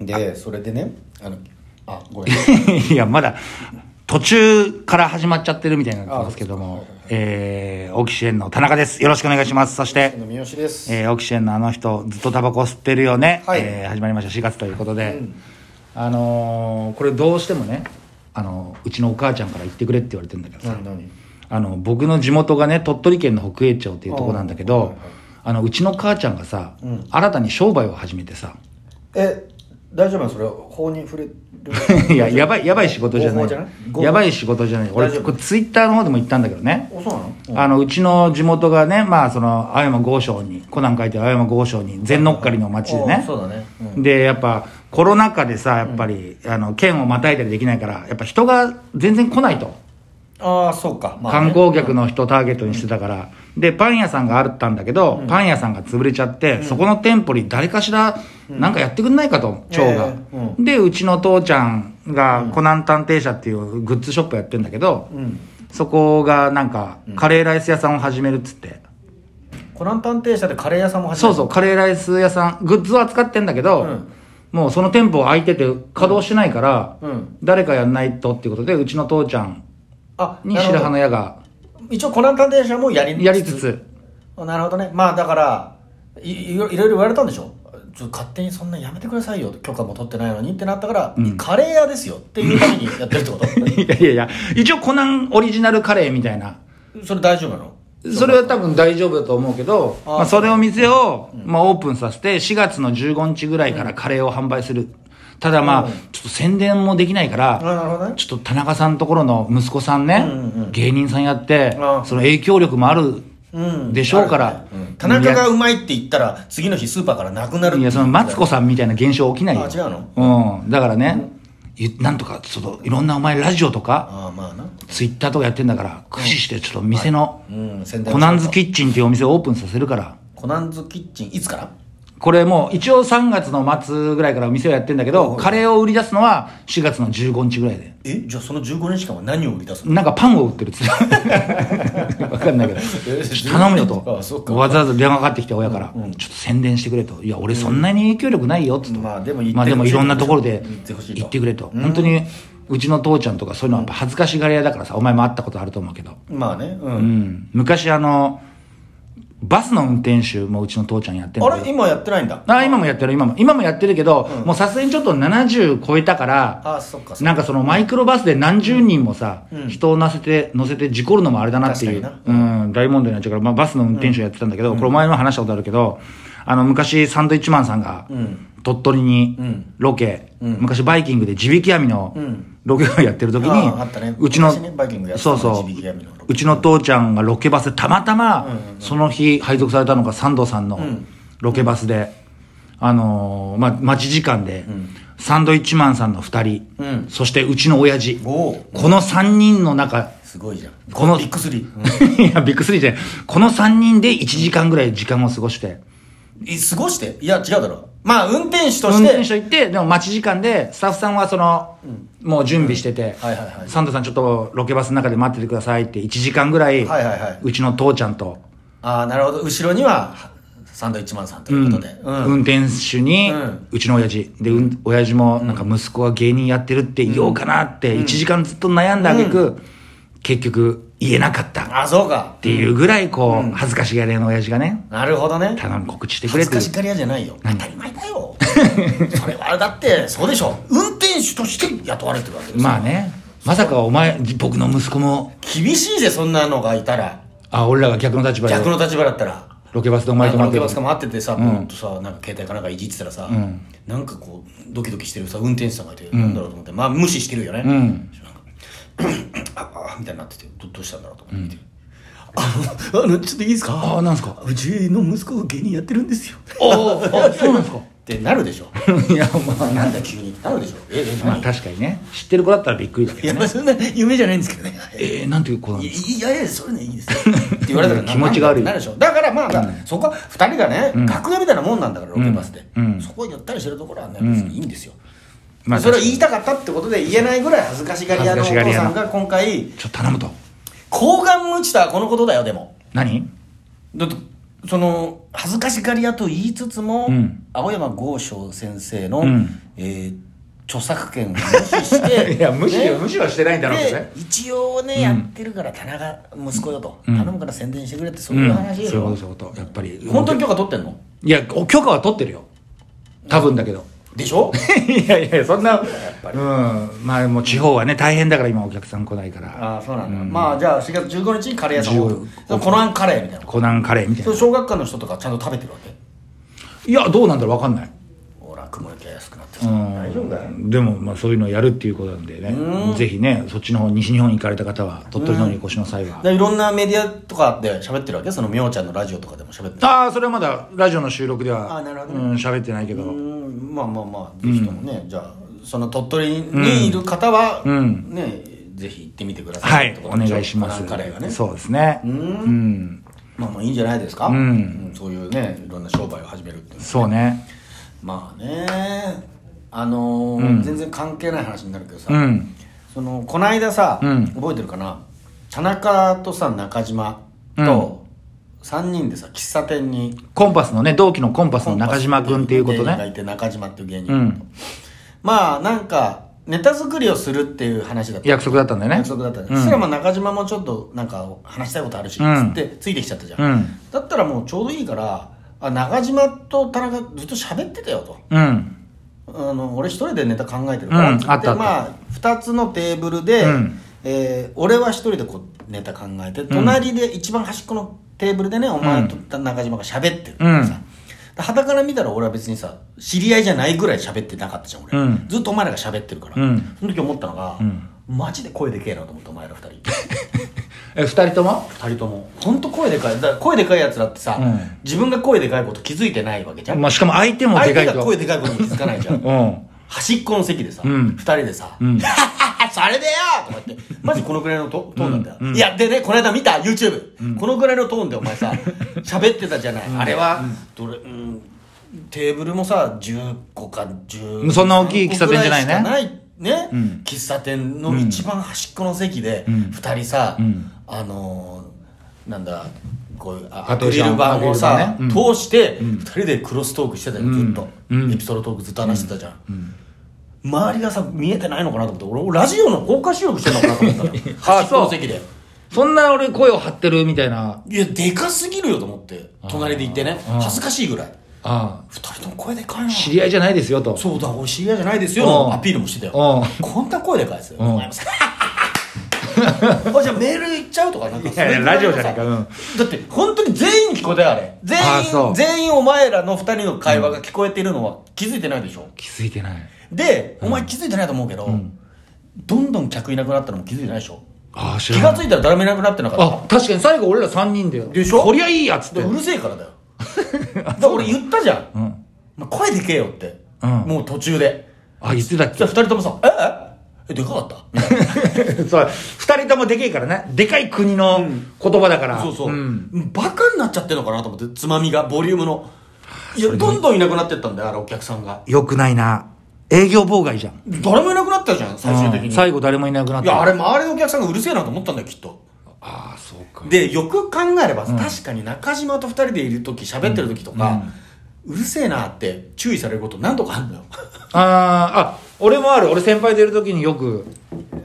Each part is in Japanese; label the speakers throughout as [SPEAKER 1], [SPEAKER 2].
[SPEAKER 1] でそれでねあのあごめんはい
[SPEAKER 2] や、まだ、途中から始まっちゃってるみたいになってますけども、えー、オキシエンの田中です。よろしくお願いします。そし
[SPEAKER 1] い
[SPEAKER 2] て、
[SPEAKER 1] の三好です、
[SPEAKER 2] えー、オキシエンのあの人、ずっとタバコ吸ってるよね。
[SPEAKER 1] はい
[SPEAKER 2] えー始まりました、4月ということで。あのーこれどうしてもね、あのーうちのお母ちゃんから言ってくれって言われてるんだけどさ、
[SPEAKER 1] 何何
[SPEAKER 2] あの、僕の地元がね、鳥取県の北栄町っていうとこなんだけ
[SPEAKER 1] はい
[SPEAKER 2] ど
[SPEAKER 1] はい、
[SPEAKER 2] あの、うちの母ちゃんがさ、
[SPEAKER 1] うん
[SPEAKER 2] 新たに商売を始めてさ、
[SPEAKER 1] え大丈夫なのそれ法に触れ る
[SPEAKER 2] いや、やばい、やばい仕事じゃな
[SPEAKER 1] 合
[SPEAKER 2] い。
[SPEAKER 1] 法じゃない
[SPEAKER 2] やばい仕事じゃない。俺、
[SPEAKER 1] 大丈夫
[SPEAKER 2] これツイッターの方でも言ったんだけどね。
[SPEAKER 1] おそうなの、うん
[SPEAKER 2] あの、うちの地元がね、まあ、その、青山豪商に、コナン書いてる青山豪商に、全乗っかりの町で
[SPEAKER 1] うん
[SPEAKER 2] ね。
[SPEAKER 1] そうだね、うん
[SPEAKER 2] で、やっぱ、コロナ禍でさ、やっぱり、あの、県をまたいだりできないから、やっぱ人が全然来ないと。
[SPEAKER 1] ああそうか、まあ
[SPEAKER 2] 観
[SPEAKER 1] ね
[SPEAKER 2] 光客の人ターゲットにしてたから、でパン屋さんがあったんだけど、パン屋さんが潰れちゃって、そこの店舗に誰かしらなんかやってくんないかと、町が、
[SPEAKER 1] ええ
[SPEAKER 2] でうちの父ちゃんがコナン探偵社っていうグッズショップやってんだけど、
[SPEAKER 1] うん
[SPEAKER 2] そこがなんかカレーライス屋さんを始めるっつって、
[SPEAKER 1] コナン探偵社でカレー屋さんも始
[SPEAKER 2] そ
[SPEAKER 1] め
[SPEAKER 2] うそうカレーライス屋さんグッズを扱ってんだけど、
[SPEAKER 1] うん
[SPEAKER 2] もうその店舗空いてて稼働してないから、
[SPEAKER 1] うん
[SPEAKER 2] 誰かやんないとっていうことでうちの父ちゃん
[SPEAKER 1] あ
[SPEAKER 2] に
[SPEAKER 1] なるほ
[SPEAKER 2] 白
[SPEAKER 1] ど
[SPEAKER 2] 羽の矢が
[SPEAKER 1] 一応コナン探偵社もやり
[SPEAKER 2] やりつつ
[SPEAKER 1] あなるほどねまあだからいいろいろいろ言われたんでしょちょっと勝手にそんなやめてくださいよ許可も取ってないのにってなったから、カレー屋ですよっていうためにやってるってこ
[SPEAKER 2] いやいやいや、一応コナンオリジナルカレーみたいな。
[SPEAKER 1] とそれ大丈夫なの
[SPEAKER 2] それは多分大丈夫だと思うけど、
[SPEAKER 1] あー
[SPEAKER 2] まあ、それを店を、まあ、オープンさせて、4月の15日ぐらいからカレーを販売する。ただまあ、ちょっと宣伝もできないか
[SPEAKER 1] あ
[SPEAKER 2] ら、
[SPEAKER 1] なるほどね
[SPEAKER 2] ちょっと田中さんのところの息子さんね、
[SPEAKER 1] うんうんうん
[SPEAKER 2] 芸人さんやって
[SPEAKER 1] あー、
[SPEAKER 2] その影響力もある
[SPEAKER 1] うん
[SPEAKER 2] でしょうから
[SPEAKER 1] あるねうん田中がうまいって言ったら次の日スーパーからなくなる
[SPEAKER 2] いや、その、マツコ
[SPEAKER 1] さ
[SPEAKER 2] さんみたいな現象起きないよ。
[SPEAKER 1] あ違う
[SPEAKER 2] うん。だからね、ゆなんとか、その、いろんなお前ラジオとか、
[SPEAKER 1] ああまあな
[SPEAKER 2] ツイッターとかやってんだから、駆使してちょっと店の、
[SPEAKER 1] うん宣伝
[SPEAKER 2] コナンズキッチンっていうお店をオープンさせるから、
[SPEAKER 1] コナンズキッチンいつから
[SPEAKER 2] これもう一応3月の末ぐらいからお店をやってんだけど、カレーを売り出すのは4月の15日ぐらいで。
[SPEAKER 1] えじゃあその15日間は何を売り出すの
[SPEAKER 2] なんかパンを売ってるっつっ て。わかんないけど。ちょっと頼むよ
[SPEAKER 1] あそっ
[SPEAKER 2] と。
[SPEAKER 1] か
[SPEAKER 2] わざわざ電話かかってきて親から、ちょっと宣伝してくれと。いや、俺そんなに影響力ないよっつって。
[SPEAKER 1] まあでも言って
[SPEAKER 2] まあでもいろんなところで
[SPEAKER 1] 言ってほしいと
[SPEAKER 2] 言ってくれと。本当に、うちの父ちゃんとかそういうのはやっぱ恥ずかしがり屋だからさ、お前も会ったことあると思うけど。
[SPEAKER 1] まあねう、
[SPEAKER 2] うんん。昔あの、バスの運転手もうちの父ちゃんやってんだけ
[SPEAKER 1] あ
[SPEAKER 2] ど
[SPEAKER 1] れ今やってないんだ
[SPEAKER 2] あ今もやってる今も今もやってるけど、もうさすがにちょっと70超えたから
[SPEAKER 1] あそっかそっか
[SPEAKER 2] なんかそのマイクロバスで何十人もさ、人を乗せて乗せて事故るのもあれだなっていう
[SPEAKER 1] 確
[SPEAKER 2] うん、大問題になっちゃうから、まあ、バスの運転手やってたんだけど、これお前の話したことあるけどあの昔サンドイッチマンさんが
[SPEAKER 1] ん
[SPEAKER 2] 鳥取に
[SPEAKER 1] ん
[SPEAKER 2] ロケ、
[SPEAKER 1] うん
[SPEAKER 2] 昔バイキングで地引き網の
[SPEAKER 1] ん
[SPEAKER 2] ロケをやってる時に、
[SPEAKER 1] あああったね
[SPEAKER 2] うちの、
[SPEAKER 1] 昔ねバイキングやってた
[SPEAKER 2] そ
[SPEAKER 1] ね
[SPEAKER 2] うそう
[SPEAKER 1] 地引き網のロケ
[SPEAKER 2] うちの父ちゃんがロケバスでたまたま、その日配属されたのが三藤さんの
[SPEAKER 1] ん
[SPEAKER 2] ロケバスで、あのーま、待ち時間で、サンドイッチマンさんの2人、
[SPEAKER 1] うん
[SPEAKER 2] そしてうちの親父、
[SPEAKER 1] おお
[SPEAKER 2] この3人の中、
[SPEAKER 1] すごいじゃん
[SPEAKER 2] この
[SPEAKER 1] ビッグスリー、
[SPEAKER 2] いや、ビッグスリーじゃないこの3人で1時間ぐらい時間を過ごして、
[SPEAKER 1] え過ごしていや違うだろまあ運転手とし
[SPEAKER 2] 運
[SPEAKER 1] て
[SPEAKER 2] 転手と行って、でも待ち時間で、スタッフさんはその、もう準備してて、
[SPEAKER 1] はいはいはい
[SPEAKER 2] サンドさんちょっとロケバスの中で待っててくださいって1時間ぐらい、
[SPEAKER 1] はいはいはいう
[SPEAKER 2] ちの父ちゃんと、
[SPEAKER 1] ああなるほど後ろにはサンドイッチマンさんということで、うん
[SPEAKER 2] 運転手に、う
[SPEAKER 1] うん
[SPEAKER 2] ちの親父で、うん、親父もなんか息子が芸人やってるって言おうかなって1時間ずっと悩んだあげく、結局言えなかったっ
[SPEAKER 1] あそうか
[SPEAKER 2] ていうぐらいこう、恥ずかしがり屋の親父がね
[SPEAKER 1] なるほどね
[SPEAKER 2] 頼み告知してく
[SPEAKER 1] 恥
[SPEAKER 2] れ
[SPEAKER 1] ず
[SPEAKER 2] て
[SPEAKER 1] かしがり屋じゃないよ当たり前だよ それはだってそうでしょ運転手として雇われてるわけですよ
[SPEAKER 2] まあねまさかお前僕の息子も
[SPEAKER 1] 厳しいぜそんなのがいたら
[SPEAKER 2] あ俺らが逆の立場で
[SPEAKER 1] 逆の立場だったら
[SPEAKER 2] ロケバスでお
[SPEAKER 1] マ
[SPEAKER 2] 前
[SPEAKER 1] イ
[SPEAKER 2] と
[SPEAKER 1] ク
[SPEAKER 2] 待
[SPEAKER 1] ロ
[SPEAKER 2] って
[SPEAKER 1] ケ
[SPEAKER 2] る
[SPEAKER 1] バスか回っててさ、ポンとさなんか携帯かなんかいじってたらさ、なんかこうドキドキしてるさ運転手さんがいて、なんだろうと思ってまあ無視してるよね、なんか ああみたいになっててどどうしたんだろうと思って、あのあのちょっといいですか
[SPEAKER 2] ああなんですか
[SPEAKER 1] うちの息子が芸人やってるんですよっ
[SPEAKER 2] おおそうなんですか
[SPEAKER 1] てなるでし ょ
[SPEAKER 2] いやま
[SPEAKER 1] なんだ急にってなるでしょええ
[SPEAKER 2] あまあ
[SPEAKER 1] 何
[SPEAKER 2] 確かにね知ってる子だったらびっくりだけ
[SPEAKER 1] い
[SPEAKER 2] ど
[SPEAKER 1] やまあそんな夢じゃないんですけどね
[SPEAKER 2] えー、なんていう子なん
[SPEAKER 1] い
[SPEAKER 2] ですか
[SPEAKER 1] いやいやそれねいいですよ って言われたらな
[SPEAKER 2] 気持ちが悪い
[SPEAKER 1] なるでしょだからまあ、そこは2人がね、楽屋みたいなもんなんだからロケバスで、そこをやったりしてるところはね別にいいんですよ、
[SPEAKER 2] まあ
[SPEAKER 1] それを言いたかったってことで言えないぐらい恥ずかしがり屋のお
[SPEAKER 2] 恥ずかしが
[SPEAKER 1] 父
[SPEAKER 2] り屋
[SPEAKER 1] さ
[SPEAKER 2] なん
[SPEAKER 1] が今回
[SPEAKER 2] ちょっと頼むと
[SPEAKER 1] 抗顔無知とはこのことだよでも
[SPEAKER 2] 何
[SPEAKER 1] だってその恥ずかしがり屋と言いつつも、
[SPEAKER 2] ん
[SPEAKER 1] 青山剛昌先生の、
[SPEAKER 2] ん
[SPEAKER 1] えー著作権を無視して
[SPEAKER 2] いや無視
[SPEAKER 1] ね
[SPEAKER 2] よ無視はしてないんだろうけどね
[SPEAKER 1] で一応ね、やってるから田中息子よと、頼むから宣伝してくれってそういう話でし
[SPEAKER 2] そういう
[SPEAKER 1] ょ、
[SPEAKER 2] ことそういうことやっぱり
[SPEAKER 1] 本当に許可取ってんの
[SPEAKER 2] いやお許可は取ってるよ多分だけど
[SPEAKER 1] でしょ
[SPEAKER 2] いやいやそんな
[SPEAKER 1] ぱ
[SPEAKER 2] うんまあもう地方はね大変だから今お客さん来ないから
[SPEAKER 1] ああそうなんだ、まあじゃあ4月15日にカレー屋さんを
[SPEAKER 2] 15
[SPEAKER 1] そのコナンカレーみたいな
[SPEAKER 2] コナンカレーみたい
[SPEAKER 1] そ
[SPEAKER 2] な
[SPEAKER 1] れ小学館の人とかちゃんと食べてるわけ
[SPEAKER 2] いやどうなんだろう分かんない
[SPEAKER 1] ほら雲行きが安くなって
[SPEAKER 2] う
[SPEAKER 1] さ、
[SPEAKER 2] ん
[SPEAKER 1] 大丈夫だよ
[SPEAKER 2] でもまあそういうのをやるっていうことなんでねぜひねそっちの方西日本行かれた方は鳥取の方にお越しの際は
[SPEAKER 1] でいろんなメディアとかで喋ってるわけそのみょうちゃんのラジオとかでも喋ってる
[SPEAKER 2] ああそれはまだラジオの収録では
[SPEAKER 1] あなるほど
[SPEAKER 2] う
[SPEAKER 1] ね
[SPEAKER 2] ん喋ってないけど
[SPEAKER 1] うんまあまあまあぜひともね、じゃあその鳥取にいる方は、
[SPEAKER 2] ん
[SPEAKER 1] ねぜひ行ってみてください
[SPEAKER 2] はい
[SPEAKER 1] とこ
[SPEAKER 2] お
[SPEAKER 1] ろでょ
[SPEAKER 2] 願いしま
[SPEAKER 1] コナ
[SPEAKER 2] す
[SPEAKER 1] ンカレーがね
[SPEAKER 2] そうですねうん
[SPEAKER 1] まあまあいいんじゃないですか、
[SPEAKER 2] ん
[SPEAKER 1] うんそういうねいろんな商売を始めるっていうのは
[SPEAKER 2] そうね
[SPEAKER 1] まあねあのー全然関係ない話になるけどさ、
[SPEAKER 2] うん
[SPEAKER 1] そのこの間さ、
[SPEAKER 2] うん
[SPEAKER 1] 覚えてるかな田中とさ中島と3人でさ喫茶店に
[SPEAKER 2] コンパスのね同期のコンパスの中島君っていうこと
[SPEAKER 1] が
[SPEAKER 2] ね
[SPEAKER 1] いて中島っていう芸人、
[SPEAKER 2] うん
[SPEAKER 1] まあなんかネタ作りをするっていう話だった
[SPEAKER 2] 約束だったんだよね
[SPEAKER 1] 約束だったね、そしたらまあ中島もちょっとなんか話したいことあるし、
[SPEAKER 2] う
[SPEAKER 1] つ
[SPEAKER 2] ん
[SPEAKER 1] ってついてきちゃったじゃん、
[SPEAKER 2] うん
[SPEAKER 1] だったらもうちょうどいいからあ中島と田中ずっと喋ってたよと
[SPEAKER 2] うん
[SPEAKER 1] あの俺一人でネタ考えてるから、
[SPEAKER 2] うん
[SPEAKER 1] つって
[SPEAKER 2] あったあった
[SPEAKER 1] まあ2つのテーブルで、
[SPEAKER 2] うん
[SPEAKER 1] えー俺は一人でこうネタ考えて隣で一番端っこのテーブルでね、お前と中島が喋ってるからさ、はたから見たら俺は別にさ知り合いじゃないぐらい喋ってなかったじゃん俺、
[SPEAKER 2] うん
[SPEAKER 1] ずっとお前らが喋ってるから、
[SPEAKER 2] うん
[SPEAKER 1] その時思ったのが、マジで声でけえなと思ってお前ら二人
[SPEAKER 2] え二人とも
[SPEAKER 1] 二人とも本当声でかいだから声でかいやつらってさ、
[SPEAKER 2] うん
[SPEAKER 1] 自分が声でかいこと気づいてないわけじゃん、
[SPEAKER 2] まあしかも相手もで
[SPEAKER 1] 相
[SPEAKER 2] かい
[SPEAKER 1] 手
[SPEAKER 2] と
[SPEAKER 1] が声でかいことに気づかないじゃん
[SPEAKER 2] うん
[SPEAKER 1] 端っこの席でさ、二
[SPEAKER 2] ん
[SPEAKER 1] 人でさ、 それでよとか言って、マジこのくらいのトトーンだったよ。いや、でね、この間見た ?YouTube、このくらいのトーンでお 前さ、喋ってたじゃない。あれは、どれ、うん、テーブルもさ、10個か10
[SPEAKER 2] そんな大きい喫茶店じゃない
[SPEAKER 1] 個ぐ
[SPEAKER 2] ね
[SPEAKER 1] らしかないね、喫茶店の一番端っこの席で、二人さ、あのー、なんだ、こういうあア
[SPEAKER 2] ア
[SPEAKER 1] ク
[SPEAKER 2] ト
[SPEAKER 1] リ
[SPEAKER 2] リル
[SPEAKER 1] ル板を
[SPEAKER 2] ア
[SPEAKER 1] さ
[SPEAKER 2] ク、リル板ね
[SPEAKER 1] 通して、二人でクロストークしてたよ、ずっと。エピソードトークずっと話してたじゃん。周りがさ、見えてないのかなと思って、俺、俺ラジオの公開収録してんのかなと思った の端っこの席で。
[SPEAKER 2] そんな俺声を張ってるみたいない
[SPEAKER 1] や、でかすぎるよと思って、隣で行ってね、恥ずかしいぐらい。
[SPEAKER 2] ああ
[SPEAKER 1] 二人とも声でかいな。
[SPEAKER 2] 知り合いじゃないですよと
[SPEAKER 1] そうだ、俺知り合いじゃないですよ
[SPEAKER 2] うん
[SPEAKER 1] のアピールもしてたよ。
[SPEAKER 2] う
[SPEAKER 1] こんな声でかいですよ。
[SPEAKER 2] ん
[SPEAKER 1] お前もさ あじゃあメール行っちゃうとかなんか
[SPEAKER 2] いやいやラジオじゃないかうん
[SPEAKER 1] だって本当に全員聞こえたよあれ全
[SPEAKER 2] あそ
[SPEAKER 1] 員
[SPEAKER 2] う
[SPEAKER 1] 全員お前らの二人の会話が聞こえてるのは気づいてないでしょ
[SPEAKER 2] 気づいてない
[SPEAKER 1] でお前気づいてないと思うけど、どんどん客いなくなったのも気づいてないでしょ
[SPEAKER 2] ああ知
[SPEAKER 1] 気が
[SPEAKER 2] らな
[SPEAKER 1] つ
[SPEAKER 2] い
[SPEAKER 1] いたら誰もいなくなってなかった
[SPEAKER 2] あ確かに最後俺ら3人だよ
[SPEAKER 1] でしょ
[SPEAKER 2] こりゃいいやつって
[SPEAKER 1] でうるせえからだ よだから俺言ったじゃん、まあ声でけえよって、
[SPEAKER 2] うん
[SPEAKER 1] もう途中で
[SPEAKER 2] あ言ってたっ
[SPEAKER 1] じゃあ二人ともさ「えええでかかった?」みたいな
[SPEAKER 2] け そう2人ともでけえからねでかい国の言葉だか ら
[SPEAKER 1] そうそう、
[SPEAKER 2] ん
[SPEAKER 1] バカになっちゃってるのかなと思ってつまみがボリュームのいやどんどんいなくなってったんだよあれお客さんが
[SPEAKER 2] よくないな営業妨害じゃん
[SPEAKER 1] 誰もいなくなったじゃん最終的
[SPEAKER 2] うん
[SPEAKER 1] に、
[SPEAKER 2] 最後誰もいなくなっ
[SPEAKER 1] い
[SPEAKER 2] た
[SPEAKER 1] やあれ周りのお客さんがうるせえなと思ったんだよきっと
[SPEAKER 2] ああそうか
[SPEAKER 1] でよく考えれば、確かに中島と二人でいる時喋ってる時とか、うるせえなって注意されること何度かあるんだよ
[SPEAKER 2] あーあ俺もある俺先輩といる時によく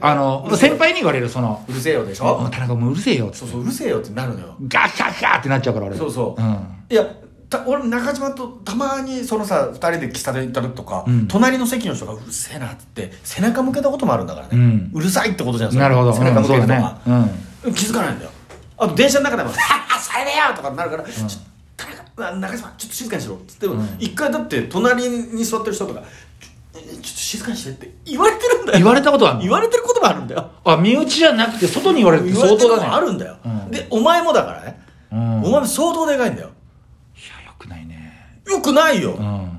[SPEAKER 2] あの先輩に言われるその
[SPEAKER 1] うるせえよでし
[SPEAKER 2] 「お
[SPEAKER 1] ょ
[SPEAKER 2] 田中もううるせえよ」っつ
[SPEAKER 1] そ
[SPEAKER 2] っ
[SPEAKER 1] う
[SPEAKER 2] て
[SPEAKER 1] そううるせえよってなるのよ
[SPEAKER 2] ガッガッガッってなっちゃうから俺
[SPEAKER 1] そうそう、
[SPEAKER 2] ん
[SPEAKER 1] いやた俺中島とたまにそのさ2人で喫茶店行った時とか、
[SPEAKER 2] ん
[SPEAKER 1] 隣の席の人がうるせえなってって背中向けたこともあるんだからね、
[SPEAKER 2] うん
[SPEAKER 1] るさいってことじゃんそれ
[SPEAKER 2] なるほど
[SPEAKER 1] 背中向けるとか、
[SPEAKER 2] うんそうだね
[SPEAKER 1] 気づかないんだよあと電車の 中でも「はっそれだよ!」とかなるから「ちょ田中あ中島ちょっと静かにしろ」っつっても一、回だって隣に座ってる人とか「ちょちょっと静かにして」って言われてるんだよ
[SPEAKER 2] 言われたことあるの
[SPEAKER 1] 言われてることもあるんだよ
[SPEAKER 2] あ身内じゃなくて外に言われるって
[SPEAKER 1] 言
[SPEAKER 2] 相
[SPEAKER 1] われ
[SPEAKER 2] 当
[SPEAKER 1] てることもあ
[SPEAKER 2] だね
[SPEAKER 1] るんだよ、
[SPEAKER 2] うん
[SPEAKER 1] でお前もだからね、
[SPEAKER 2] うん
[SPEAKER 1] お前も相当でかいんだよ
[SPEAKER 2] いやよくないね
[SPEAKER 1] よくないよ、
[SPEAKER 2] うん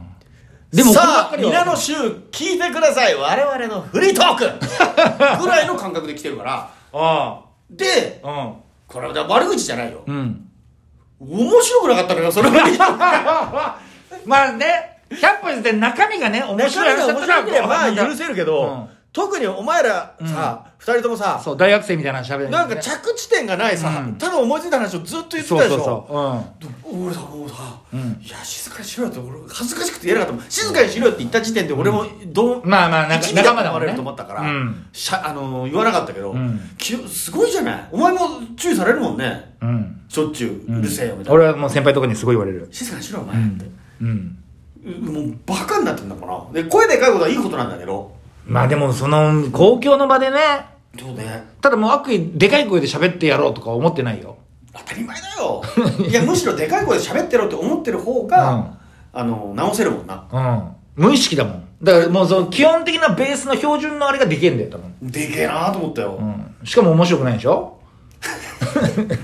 [SPEAKER 1] でも
[SPEAKER 2] これば
[SPEAKER 1] さ
[SPEAKER 2] っ
[SPEAKER 1] あ
[SPEAKER 2] かりは
[SPEAKER 1] 皆の衆聞いてください我々のフリートーク ぐらいの感覚で来てるから
[SPEAKER 2] あ
[SPEAKER 1] で
[SPEAKER 2] あ
[SPEAKER 1] これは悪口じゃないよ
[SPEAKER 2] うんうん
[SPEAKER 1] 面白くなかったのよそれは
[SPEAKER 2] まあね100歩譲って中身がね面
[SPEAKER 1] 面白
[SPEAKER 2] 白
[SPEAKER 1] い
[SPEAKER 2] い
[SPEAKER 1] 面白ければ許
[SPEAKER 2] る
[SPEAKER 1] せるけど、特にお前らさ、二人ともさ、
[SPEAKER 2] そう、大学生みたいな喋り、
[SPEAKER 1] なんか着地点がないさ、ただ思いついた話をずっと言ってた
[SPEAKER 2] そう
[SPEAKER 1] でし
[SPEAKER 2] そう
[SPEAKER 1] ょ。
[SPEAKER 2] そ
[SPEAKER 1] 俺さ、もうさ、いや、静かにしろよって、俺、恥ずかしくて言えなかったもん。静かにしろよって言った時点で、俺も、どう、
[SPEAKER 2] うんまあまあなんか
[SPEAKER 1] 一味だと思
[SPEAKER 2] 仲間だも
[SPEAKER 1] わ
[SPEAKER 2] んね
[SPEAKER 1] れると思ったから
[SPEAKER 2] うん、
[SPEAKER 1] しゃあの、言わなかったけど
[SPEAKER 2] ん、
[SPEAKER 1] きすごいじゃない。お前も注意されるもんね。
[SPEAKER 2] う。うん。
[SPEAKER 1] しょっちゅう、うるせえよ、みたいな。
[SPEAKER 2] 俺はもう先輩とかにすごい言われる。
[SPEAKER 1] 静かにしろよ、お前って。
[SPEAKER 2] うん。
[SPEAKER 1] うもう、バカになってんだから。で、声でかいことはいいことなんだけど。
[SPEAKER 2] まあでも、その、公共の場でね、
[SPEAKER 1] そうね。
[SPEAKER 2] ただもう悪意、でかい声で喋ってやろうとか思ってないよ。
[SPEAKER 1] 当たり前だ よいやむしろでかい声で喋ってろって思ってる方が、
[SPEAKER 2] うん
[SPEAKER 1] あの直せるもんな
[SPEAKER 2] うん。無意識だもん。だからもうその基本的なベースの標準のあれができるんだよ、多分。
[SPEAKER 1] でけえなと思ったよ、
[SPEAKER 2] うん。しかも面白くないでしょ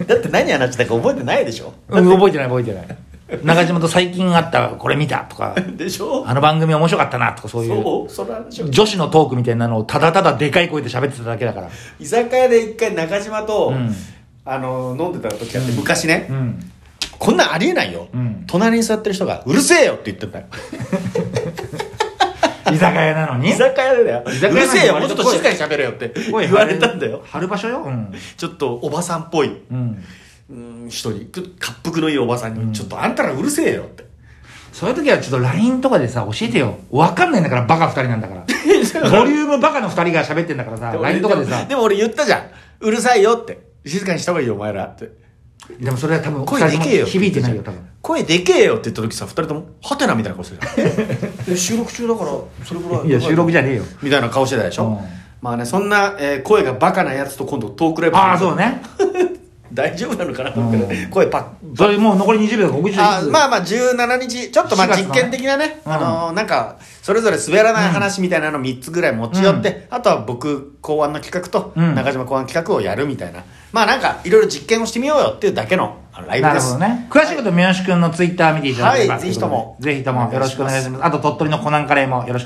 [SPEAKER 1] だって何話したか覚えてないでしょ
[SPEAKER 2] うん、覚えてない覚えてない。 中島と最近あった、これ見たとか、
[SPEAKER 1] でしょ
[SPEAKER 2] あの番組面白かったなとかそういう、
[SPEAKER 1] そうそれはでしょ
[SPEAKER 2] 女子のトークみたいなのをただただでかい声で喋ってただけだから。
[SPEAKER 1] 居酒屋で一回中島と、
[SPEAKER 2] うん
[SPEAKER 1] あの飲んでた時あって、昔ね、
[SPEAKER 2] うん。
[SPEAKER 1] こんなんありえないよ、
[SPEAKER 2] うん
[SPEAKER 1] 隣に座ってる人が「うるせえよ」って言ってたよ
[SPEAKER 2] 居酒屋なのに
[SPEAKER 1] 居酒屋でだよ「う
[SPEAKER 2] 居酒屋なんて
[SPEAKER 1] るせえよもうちょっと静かに喋れよ」って言われたんだよ
[SPEAKER 2] 春場所よ。うん。
[SPEAKER 1] ちょっとおばさんっぽい
[SPEAKER 2] うん。
[SPEAKER 1] うん一人く恰幅のいいおばさんに、ちょっとあんたらうるせえよ」って
[SPEAKER 2] そういう時はちょっと LINE とかでさ、教えてよ。わかんないんだから、バカ二人なんだ から。ボリュームバカの二人が喋ってんだからさ、
[SPEAKER 1] でも
[SPEAKER 2] LINE とかでさ。
[SPEAKER 1] もも俺言ったじゃんうるさいよって静かにした方がいいよお前らって
[SPEAKER 2] でもそれは多分、
[SPEAKER 1] 声でけえよ
[SPEAKER 2] 響いてないよ、多分。
[SPEAKER 1] 声でけえよって言った時さ二人ともハテナみたいな 顔してる収録中だからそれぐら
[SPEAKER 2] いや、収録じゃねえよ。
[SPEAKER 1] みたいな顔してたでしょ、
[SPEAKER 2] うん
[SPEAKER 1] まあねそんな、えー声がバカなやつと今度トークライブ
[SPEAKER 2] ああ、そうね。
[SPEAKER 1] 大丈夫なのかなと思って、
[SPEAKER 2] う
[SPEAKER 1] 声パッ
[SPEAKER 2] それもう残り20秒告知
[SPEAKER 1] あまあまあ17日ちょっとまあ
[SPEAKER 2] 4月の
[SPEAKER 1] 実
[SPEAKER 2] ね
[SPEAKER 1] 験的なね、
[SPEAKER 2] うん
[SPEAKER 1] あのーなんかそれぞれ滑らない話みたいなの3つぐらい持ち寄って、あとは僕考案の企画と
[SPEAKER 2] うん
[SPEAKER 1] 中島考案企画をやるみたいな、まあなんかいろいろ実験をしてみようよっていうだけのあのライブ
[SPEAKER 2] な
[SPEAKER 1] で
[SPEAKER 2] る
[SPEAKER 1] す
[SPEAKER 2] ほどね。詳しいことは三好くんのツイッター見ていただければ。
[SPEAKER 1] はいぜひとも
[SPEAKER 2] ぜひともよろしくお願いします。あと鳥取のコナンカレーもよろしくお願いします